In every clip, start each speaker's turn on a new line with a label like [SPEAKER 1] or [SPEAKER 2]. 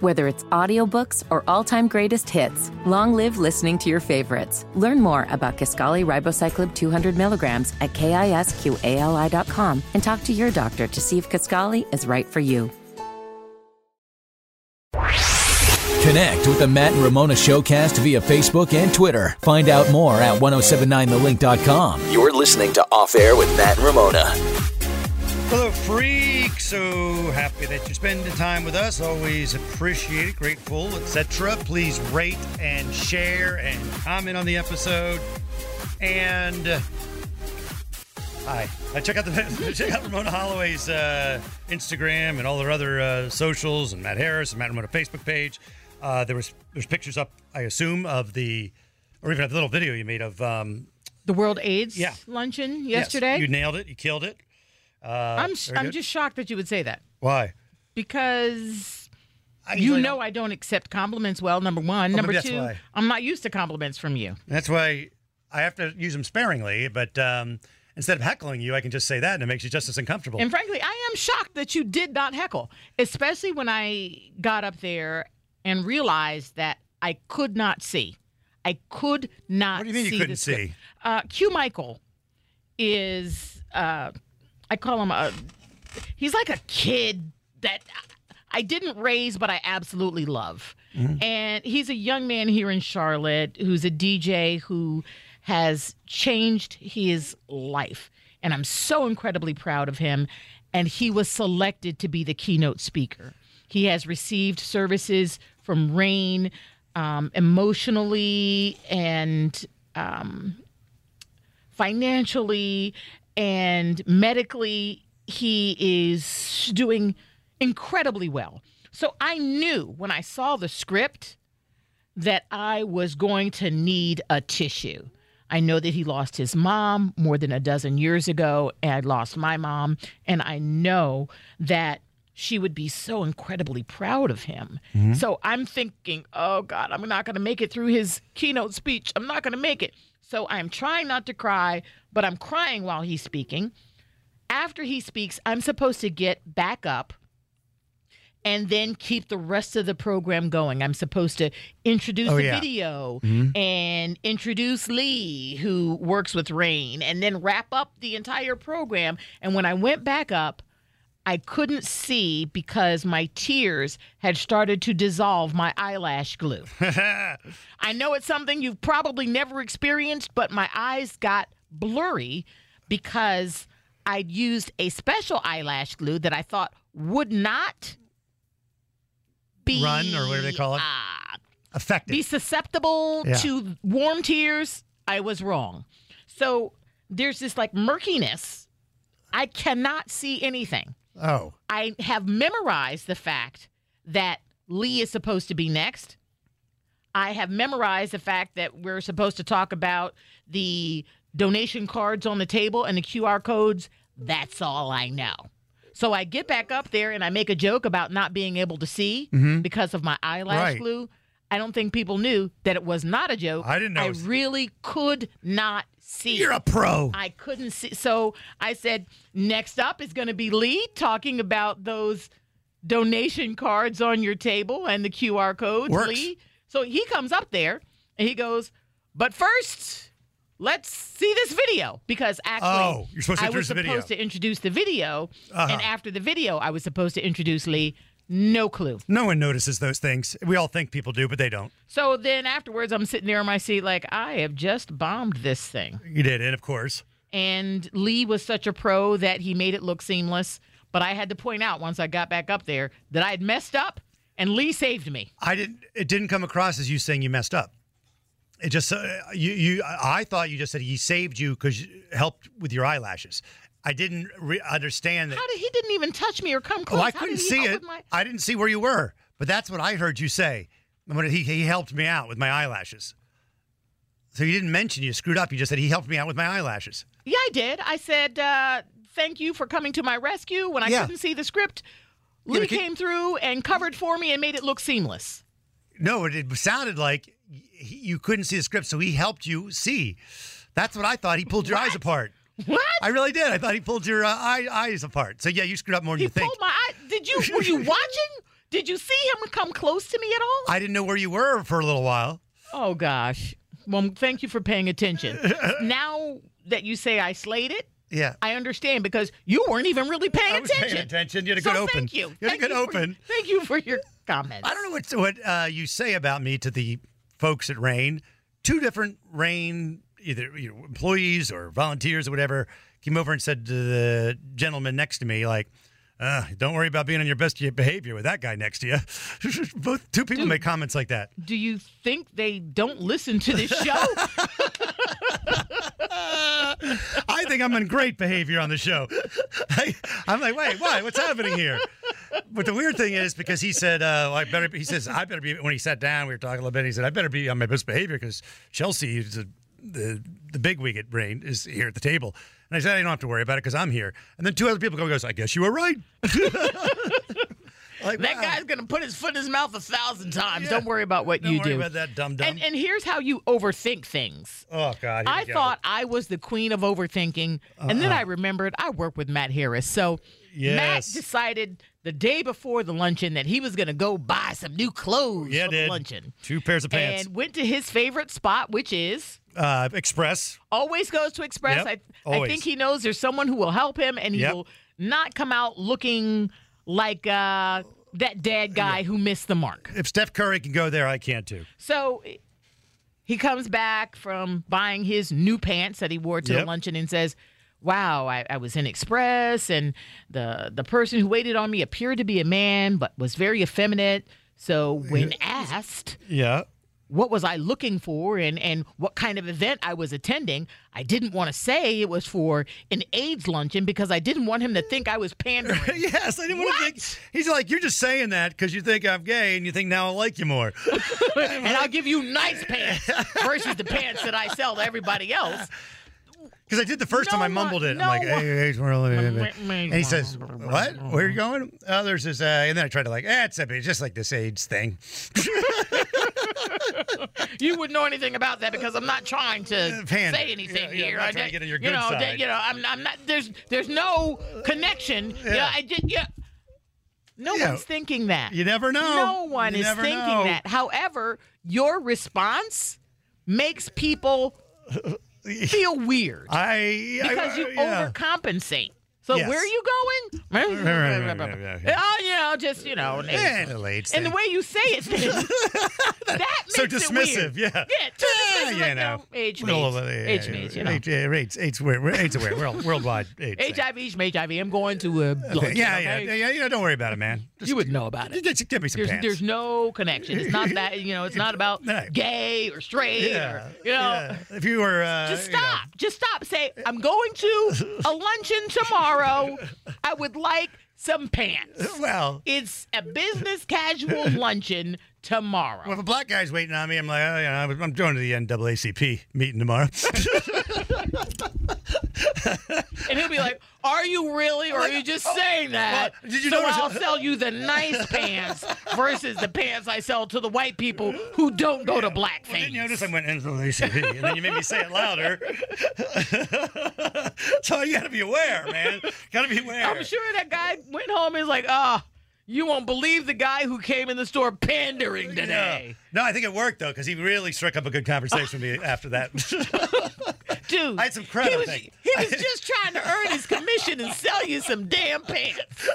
[SPEAKER 1] Whether it's audiobooks or all-time greatest hits, long live listening to your favorites. Learn more about Kaskali Ribocyclib 200 milligrams at kisqali.com and talk to your doctor to see if Kaskali is right for you.
[SPEAKER 2] Connect with the Matt and Ramona Showcast via Facebook and Twitter. Find out more at 1079thelink.com.
[SPEAKER 3] You're listening to Off Air with Matt and Ramona.
[SPEAKER 4] Hello, freak. So happy that you're spending time with us. Always appreciate it, grateful, etc. Please rate and share and comment on the episode. And uh, hi, Uh, check out the check out Ramona Holloway's uh, Instagram and all their other uh, socials, and Matt Harris and Matt Ramona Facebook page. Uh, there was there's pictures up, I assume, of the or even a little video you made of um,
[SPEAKER 5] The World AIDS
[SPEAKER 4] Yeah.
[SPEAKER 5] luncheon
[SPEAKER 4] yes,
[SPEAKER 5] yesterday.
[SPEAKER 4] you nailed it. You killed it. Uh,
[SPEAKER 5] I'm sh-
[SPEAKER 4] very
[SPEAKER 5] I'm
[SPEAKER 4] good.
[SPEAKER 5] just shocked that you would say that
[SPEAKER 4] why.
[SPEAKER 5] because
[SPEAKER 4] I
[SPEAKER 5] you
[SPEAKER 4] usually
[SPEAKER 5] know I don't accept compliments well. Number one, number
[SPEAKER 4] maybe that's
[SPEAKER 5] two,
[SPEAKER 4] Oh, why.
[SPEAKER 5] I'm not used to compliments from you.
[SPEAKER 4] That's why I have to use them sparingly, but um, instead of heckling you, I can just say that and it makes you just as uncomfortable.
[SPEAKER 5] And frankly, I am shocked that you did not heckle, especially when I got up there and realized that I could not see. I could not.
[SPEAKER 4] What do you mean you
[SPEAKER 5] see
[SPEAKER 4] couldn't
[SPEAKER 5] the script.
[SPEAKER 4] see?
[SPEAKER 5] Uh, Q Michael is. Uh, I call him a. He's like a kid that I didn't raise, but I absolutely love. And he's a young man here in Charlotte who's a DJ who has changed his life. And I'm so incredibly proud of him. And he was selected to be the keynote speaker. He has received services from Rain um, emotionally and um, financially and medically he is doing incredibly well so i knew when i saw the script that i was going to need a tissue i know that he lost his mom more than a dozen years ago and i lost my mom and i know that she would be so incredibly proud of him. So I'm thinking, oh God, I'm not going to make it through his keynote speech. I'm not going to make it. So I'm trying not to cry, but I'm crying while he's speaking. After he speaks, I'm supposed to get back up and then keep the rest of the program going. I'm supposed to introduce
[SPEAKER 4] Oh,
[SPEAKER 5] the
[SPEAKER 4] yeah. Mm-hmm.
[SPEAKER 5] video and introduce Lee, who works with Rain, and then wrap up the entire program. And when I went back up, I couldn't see because my tears had started to dissolve my eyelash glue. I know it's something you've probably never experienced, but my eyes got blurry because I'd used a special eyelash glue that I thought would not be
[SPEAKER 4] Run, or whatever they call it.
[SPEAKER 5] uh,
[SPEAKER 4] Affected.
[SPEAKER 5] be susceptible
[SPEAKER 4] Yeah.
[SPEAKER 5] to warm tears. I was wrong. So there's this like murkiness. I cannot see anything.
[SPEAKER 4] oh,
[SPEAKER 5] I have memorized the fact that Lee is supposed to be next. I have memorized the fact that we're supposed to talk about the donation cards on the table and the QR codes. That's all I know. So I get back up there and I make a joke about not being able to see because of my eyelash
[SPEAKER 4] Mm-hmm. Right.
[SPEAKER 5] glue. I don't think people knew that it was not a joke.
[SPEAKER 4] I didn't know it
[SPEAKER 5] I
[SPEAKER 4] was-
[SPEAKER 5] really could not see.
[SPEAKER 4] you're a pro.
[SPEAKER 5] I couldn't see. So I said, next up is going to be Lee talking about those donation cards on your table and the QR codes,
[SPEAKER 4] Works.
[SPEAKER 5] Lee. So he comes up there and he goes, but first, let's see this video because actually,
[SPEAKER 4] Oh, you're supposed to
[SPEAKER 5] I was
[SPEAKER 4] introduce the video. Uh-huh.
[SPEAKER 5] supposed to introduce the video, and after the video, I was supposed to introduce Lee. No clue.
[SPEAKER 4] no one notices those things. We all think people do, but they don't.
[SPEAKER 5] So then afterwards, I'm sitting there in my seat, like I have just bombed this thing.
[SPEAKER 4] You did, and of course.
[SPEAKER 5] and Lee was such a pro that he made it look seamless. But I had to point out once I got back up there that I had messed up, and Lee saved me.
[SPEAKER 4] I didn't. It didn't come across as you saying you messed up. It just uh, you you. I thought you just said he saved you because helped with your eyelashes. I didn't re- understand that.
[SPEAKER 5] How did he didn't even touch me or come
[SPEAKER 4] Oh,
[SPEAKER 5] close?
[SPEAKER 4] I
[SPEAKER 5] How
[SPEAKER 4] couldn't
[SPEAKER 5] did he
[SPEAKER 4] see
[SPEAKER 5] help
[SPEAKER 4] it.
[SPEAKER 5] with my-
[SPEAKER 4] I didn't see where you were, but that's what I heard you say. And when he, he helped me out with my eyelashes. So you didn't mention you screwed up. You just said he helped me out with my eyelashes.
[SPEAKER 5] Yeah, I did. I said, uh, "Thank you for coming to my rescue." When I
[SPEAKER 4] Yeah.
[SPEAKER 5] couldn't see the script, Lee
[SPEAKER 4] but can-
[SPEAKER 5] came through and covered for me and made it look seamless.
[SPEAKER 4] No, it, it sounded like he, you couldn't see the script, so he helped you see. That's what I thought. He pulled your eyes apart.
[SPEAKER 5] What?
[SPEAKER 4] I really did. I thought he pulled your uh, eye, eyes apart. So yeah, you screwed up more than
[SPEAKER 5] he
[SPEAKER 4] you think.
[SPEAKER 5] pulled my eye. Did you? Were you watching? Did you see him come close to me at all?
[SPEAKER 4] I didn't know where you were for a little while.
[SPEAKER 5] Oh gosh. Well, thank you for paying attention. now that you say I slayed it,
[SPEAKER 4] Yeah.
[SPEAKER 5] I understand because you weren't even really paying
[SPEAKER 4] I was
[SPEAKER 5] attention.
[SPEAKER 4] paying attention. You had a
[SPEAKER 5] so
[SPEAKER 4] good open.
[SPEAKER 5] Thank you.
[SPEAKER 4] You had a
[SPEAKER 5] Thank
[SPEAKER 4] good
[SPEAKER 5] you for-
[SPEAKER 4] open.
[SPEAKER 5] thank you for your comments.
[SPEAKER 4] I don't know what what uh, you say about me to the folks at Rain. Two different Rain, either you know, employees or volunteers or whatever, came over and said to the gentleman next to me, like, uh, "Don't worry about being on your best behavior with that guy next to you." Both two people make comments like that.
[SPEAKER 5] Do you think they don't listen to this show?
[SPEAKER 4] I think I'm in great behavior on the show. I, am like, wait, why? What's happening here? But the weird thing is because he said, uh, well, I better. Be, he says, I better be. When he sat down, we were talking a little bit. He said, I better be on my best behavior because Chelsea is the the the big wig at Brain is here at the table. And I said, I don't have to worry about it because I'm here. And then two other people go, goes, I guess you were right. like
[SPEAKER 5] that
[SPEAKER 4] wow.
[SPEAKER 5] guy's gonna put his foot in his mouth a thousand times.
[SPEAKER 4] Yeah.
[SPEAKER 5] Don't worry about what
[SPEAKER 4] Don't
[SPEAKER 5] you
[SPEAKER 4] worry
[SPEAKER 5] do.
[SPEAKER 4] about that dum dum.
[SPEAKER 5] and and here's how you overthink things.
[SPEAKER 4] Oh God, here we
[SPEAKER 5] I
[SPEAKER 4] go. Uh-uh.
[SPEAKER 5] thought I was the queen of overthinking, and then I remembered I work with Matt Harris. So Matt
[SPEAKER 4] Yes.
[SPEAKER 5] decided the day before the luncheon that he was going to go buy some new clothes
[SPEAKER 4] yeah,
[SPEAKER 5] for
[SPEAKER 4] dude.
[SPEAKER 5] the luncheon,
[SPEAKER 4] Two pairs of pants.
[SPEAKER 5] and went to his favorite spot, which is
[SPEAKER 4] uh, Express.
[SPEAKER 5] always goes to Express.
[SPEAKER 4] Yep,
[SPEAKER 5] I, I
[SPEAKER 4] always.
[SPEAKER 5] think he knows there's someone who will help him, and he
[SPEAKER 4] Yep.
[SPEAKER 5] will not come out looking like uh, that dad guy who missed the mark.
[SPEAKER 4] If Steph Curry can go there, I can't too.
[SPEAKER 5] So he comes back from buying his new pants that he wore to the
[SPEAKER 4] Yep.
[SPEAKER 5] luncheon and says, Wow, I, I was in Express and the the person who waited on me appeared to be a man but was very effeminate. So when asked
[SPEAKER 4] Yeah.
[SPEAKER 5] what was I looking for and, and what kind of event I was attending, I didn't want to say it was for an AIDS luncheon because I didn't want him to think I was pandering.
[SPEAKER 4] Yes, I didn't want to think. He's like, you're just saying that because you think I'm gay and you think now I like you more.
[SPEAKER 5] and I'll give you nice pants versus the pants that I sell to everybody else.
[SPEAKER 4] Because I did the first
[SPEAKER 5] No
[SPEAKER 4] time I
[SPEAKER 5] one-
[SPEAKER 4] mumbled it.
[SPEAKER 5] no
[SPEAKER 4] I'm like,
[SPEAKER 5] one-
[SPEAKER 4] hey, hey, it's more like-"
[SPEAKER 5] me-
[SPEAKER 4] and he says, what? Where are you going? Oh, there's this. Uh, and then I tried to like, eh, it's a bit just like this AIDS thing.
[SPEAKER 5] You wouldn't know anything about that because I'm not trying to
[SPEAKER 4] Uh, pander.
[SPEAKER 5] say anything
[SPEAKER 4] Yeah, yeah, I'm
[SPEAKER 5] here.
[SPEAKER 4] not
[SPEAKER 5] I
[SPEAKER 4] trying
[SPEAKER 5] ju-
[SPEAKER 4] to get on your
[SPEAKER 5] you
[SPEAKER 4] good
[SPEAKER 5] know, that-
[SPEAKER 4] side.
[SPEAKER 5] you know, I'm, I'm not. There's there's no connection. Yeah, I did. Yeah. No
[SPEAKER 4] Yeah.
[SPEAKER 5] one's thinking that.
[SPEAKER 4] You never know.
[SPEAKER 5] No one
[SPEAKER 4] You
[SPEAKER 5] is
[SPEAKER 4] never
[SPEAKER 5] thinking
[SPEAKER 4] know.
[SPEAKER 5] that. However, your response makes people feel weird
[SPEAKER 4] I I-
[SPEAKER 5] because you
[SPEAKER 4] yeah.
[SPEAKER 5] overcompensate. So
[SPEAKER 4] Yes.
[SPEAKER 5] where are you going?
[SPEAKER 4] right, right, right, right.
[SPEAKER 5] Oh, you know, just you know,
[SPEAKER 4] Eh, the AIDS
[SPEAKER 5] and the
[SPEAKER 4] thing.
[SPEAKER 5] way you say it, then, that makes
[SPEAKER 4] so
[SPEAKER 5] It
[SPEAKER 4] dismissive,
[SPEAKER 5] weird.
[SPEAKER 4] yeah.
[SPEAKER 5] Yeah, too dismissive,
[SPEAKER 4] you
[SPEAKER 5] like,
[SPEAKER 4] know,
[SPEAKER 5] no, age
[SPEAKER 4] Little
[SPEAKER 5] mates.
[SPEAKER 4] of it,
[SPEAKER 5] Age mates, you know.
[SPEAKER 4] AIDS, yeah, AIDS, AIDS, we're, we're AIDS aware, world, worldwide. AIDS thing.
[SPEAKER 5] HIV, HIV. I'm going to a lunch,
[SPEAKER 4] Yeah,
[SPEAKER 5] you know,
[SPEAKER 4] yeah,
[SPEAKER 5] hey,
[SPEAKER 4] yeah, yeah, yeah. Don't worry about it, man. Just
[SPEAKER 5] You would know about it.
[SPEAKER 4] just give me some
[SPEAKER 5] There's,
[SPEAKER 4] pants.
[SPEAKER 5] there's no connection. It's not that you know. It's not about
[SPEAKER 4] No.
[SPEAKER 5] gay or straight
[SPEAKER 4] Yeah.
[SPEAKER 5] or you know.
[SPEAKER 4] yeah. If you were. Uh,
[SPEAKER 5] Just
[SPEAKER 4] you know.
[SPEAKER 5] stop. Just stop. Say I'm going to a luncheon tomorrow. I would like some pants.
[SPEAKER 4] well,
[SPEAKER 5] It's a business casual luncheon tomorrow.
[SPEAKER 4] well, if a black guy's waiting on me, I'm like, oh, yeah, I'm- I'm going to the NAACP meeting tomorrow.
[SPEAKER 5] And he'll be like, "Are you really, or are you just saying that?"
[SPEAKER 4] Oh, well, did you
[SPEAKER 5] so
[SPEAKER 4] notice-
[SPEAKER 5] I'll sell you the nice pants versus the pants I sell to the white people who don't go to black
[SPEAKER 4] Well, didn't you
[SPEAKER 5] things.
[SPEAKER 4] notice I went NAACP, and then you made me say it louder. so you got to be aware, man. Got to be aware.
[SPEAKER 5] I'm sure that guy went home and was like, "Ah, you won't believe the guy who came in the store pandering
[SPEAKER 4] Yeah.
[SPEAKER 5] today,
[SPEAKER 4] No, I think it worked though, because he really struck up a good conversation with me after that.
[SPEAKER 5] dude."
[SPEAKER 4] I had some credit,
[SPEAKER 5] He
[SPEAKER 4] I
[SPEAKER 5] was,
[SPEAKER 4] think.
[SPEAKER 5] he was just trying to earn his commission and sell you some damn pants.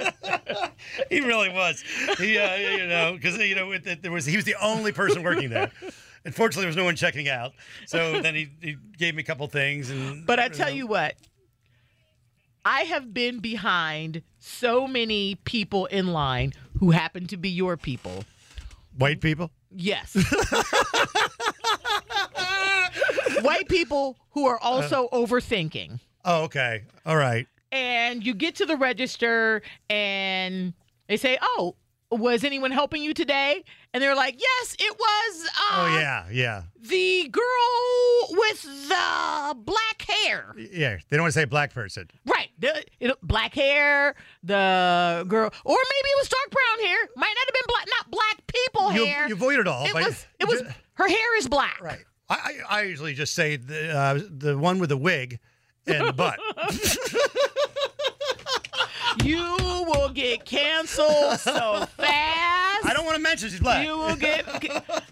[SPEAKER 4] he really was. He, uh, you know, because you know, with the, there was he was the only person working there. Unfortunately, there was no one checking out. So then he, he gave me a couple things, and
[SPEAKER 5] But I tell you what, I have been behind so many people in line who happen to be your people.
[SPEAKER 4] white people.
[SPEAKER 5] Yes. White people who are also
[SPEAKER 4] Uh.
[SPEAKER 5] overthinking.
[SPEAKER 4] Oh, okay. All right.
[SPEAKER 5] And you get to the register and they say, Oh, was anyone helping you today? And they're like, Yes, it was uh,
[SPEAKER 4] Oh yeah, yeah,
[SPEAKER 5] the girl with the black hair.
[SPEAKER 4] yeah. They don't want to say black person.
[SPEAKER 5] Right. The, it, black hair, the girl, or maybe it was dark brown hair. Might not have been black, not black people
[SPEAKER 4] You,
[SPEAKER 5] hair.
[SPEAKER 4] you avoided all.
[SPEAKER 5] Oh, it
[SPEAKER 4] by-
[SPEAKER 5] was. It was. Her hair is black.
[SPEAKER 4] Right. I, I I usually just say the uh, the one with the wig and the butt.
[SPEAKER 5] you will get canceled so fast.
[SPEAKER 4] I don't want to mention she's black.
[SPEAKER 5] You will get,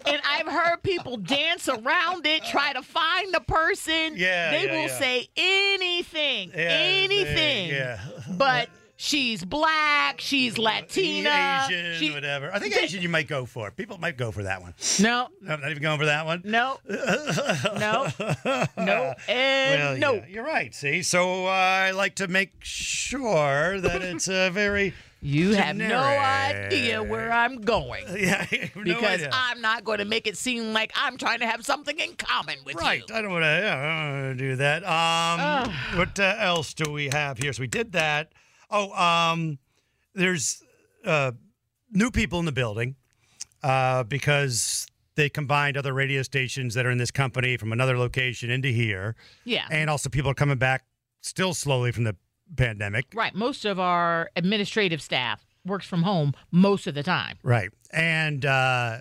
[SPEAKER 5] and I've heard people dance around it, try to find the person.
[SPEAKER 4] Yeah,
[SPEAKER 5] they
[SPEAKER 4] yeah,
[SPEAKER 5] will
[SPEAKER 4] yeah.
[SPEAKER 5] say anything,
[SPEAKER 4] Yeah,
[SPEAKER 5] anything.
[SPEAKER 4] they- yeah.
[SPEAKER 5] But she's black, she's Latina,
[SPEAKER 4] Asian,
[SPEAKER 5] she-
[SPEAKER 4] whatever. I think Asian you might go for. People might go for that one.
[SPEAKER 5] No,
[SPEAKER 4] No, not even going for that one.
[SPEAKER 5] no, no, no, and
[SPEAKER 4] Well,
[SPEAKER 5] no.
[SPEAKER 4] yeah, you're right. See, so uh, I like to make sure that it's a very
[SPEAKER 5] You have no
[SPEAKER 4] Generic.
[SPEAKER 5] idea where I'm going.
[SPEAKER 4] yeah. I have no
[SPEAKER 5] Because
[SPEAKER 4] idea.
[SPEAKER 5] I'm not going to make it seem like I'm trying to have something in common with
[SPEAKER 4] Right.
[SPEAKER 5] you.
[SPEAKER 4] I don't want to. I don't want to do that. Um,
[SPEAKER 5] Ah.
[SPEAKER 4] what uh, else do we have here? So we did that. Oh, um, there's uh, new people in the building uh, because they combined other radio stations that are in this company from another location into here,
[SPEAKER 5] Yeah.
[SPEAKER 4] and also people are coming back still slowly from the pandemic.
[SPEAKER 5] Right. Most of our administrative staff works from home most of the time.
[SPEAKER 4] Right. And uh,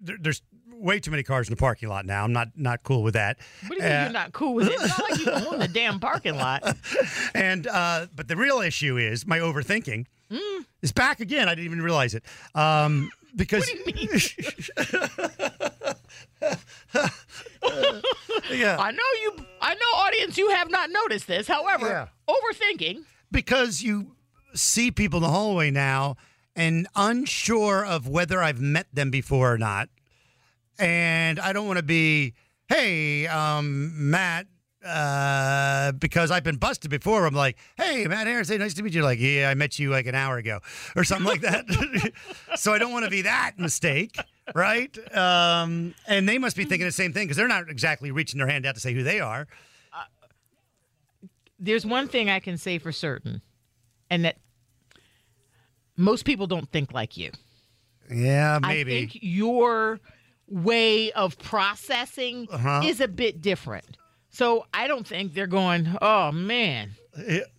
[SPEAKER 4] there, there's way too many cars in the parking lot now. I'm not not cool with that.
[SPEAKER 5] What do you mean
[SPEAKER 4] Uh,
[SPEAKER 5] you're not cool with it? It's not like you own the damn parking lot.
[SPEAKER 4] and uh, but the real issue is my overthinking is back again. I didn't even realize it um, because yeah,
[SPEAKER 5] I know you. I know, audience, you have not noticed this. However, overthinking.
[SPEAKER 4] because you see people in the hallway now and unsure of whether I've met them before or not, and I don't want to be hey um, Matt. Uh, because I've been busted before. I'm like, hey, Matt Harris, hey, nice to meet you. Like, yeah, I met you like an hour ago or something like that. so I don't want to be that mistake, right? Um, and they must be thinking the same thing because they're not exactly reaching their hand out to say who they are.
[SPEAKER 5] There's one thing I can say for certain, and that most people don't think like you.
[SPEAKER 4] Yeah, maybe.
[SPEAKER 5] I think your way of processing
[SPEAKER 4] Uh-huh.
[SPEAKER 5] is a bit different. So I don't think they're going, oh man,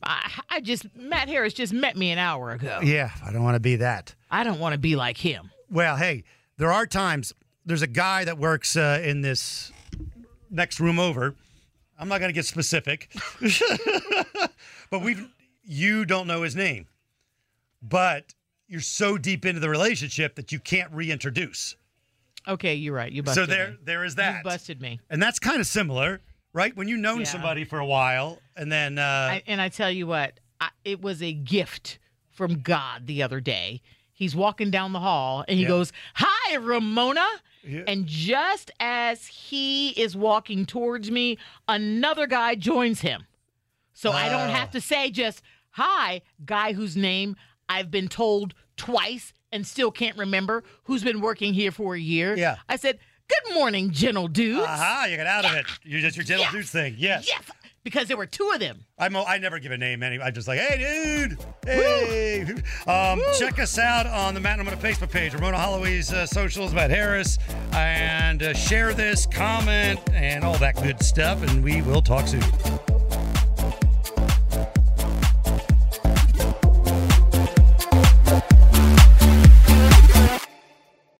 [SPEAKER 5] I, I just, Matt Harris just met me an hour ago.
[SPEAKER 4] yeah, I don't want to be that.
[SPEAKER 5] I don't want to be like him.
[SPEAKER 4] Well, hey, there are times. There's a guy that works uh, in this next room over. I'm not going to get specific, but we've you don't know his name, but you're so deep into the relationship that you can't reintroduce.
[SPEAKER 5] Okay, you're right. You busted
[SPEAKER 4] so there,
[SPEAKER 5] me.
[SPEAKER 4] there is
[SPEAKER 5] You
[SPEAKER 4] that,
[SPEAKER 5] busted me.
[SPEAKER 4] and that's kind of similar, right? When you've known
[SPEAKER 5] Yeah.
[SPEAKER 4] somebody for a while, and then uh,
[SPEAKER 5] I, and I tell you what, I, it was a gift from God the other day. He's walking down the hall and he goes, Hi, Ramona. And just as he is walking towards me, another guy joins him. So I don't have to say just, Hi, guy whose name I've been told twice and still can't remember, who's been working here for a year.
[SPEAKER 4] Yeah. Uh-huh.
[SPEAKER 5] I said, Good morning, gentle dudes.
[SPEAKER 4] aha, you got out of it. You just your gentle
[SPEAKER 5] Yes.
[SPEAKER 4] dude thing. Yes,
[SPEAKER 5] Yes, because there were two of them.
[SPEAKER 4] I'm a, I never give a name anyway. I'm just like, hey, dude. Hey. Um, check us out on the Matt and Ramona Facebook page, Ramona Holloway's uh, socials, Matt Harris, and uh, share this, comment, and all that good stuff. And we will talk soon.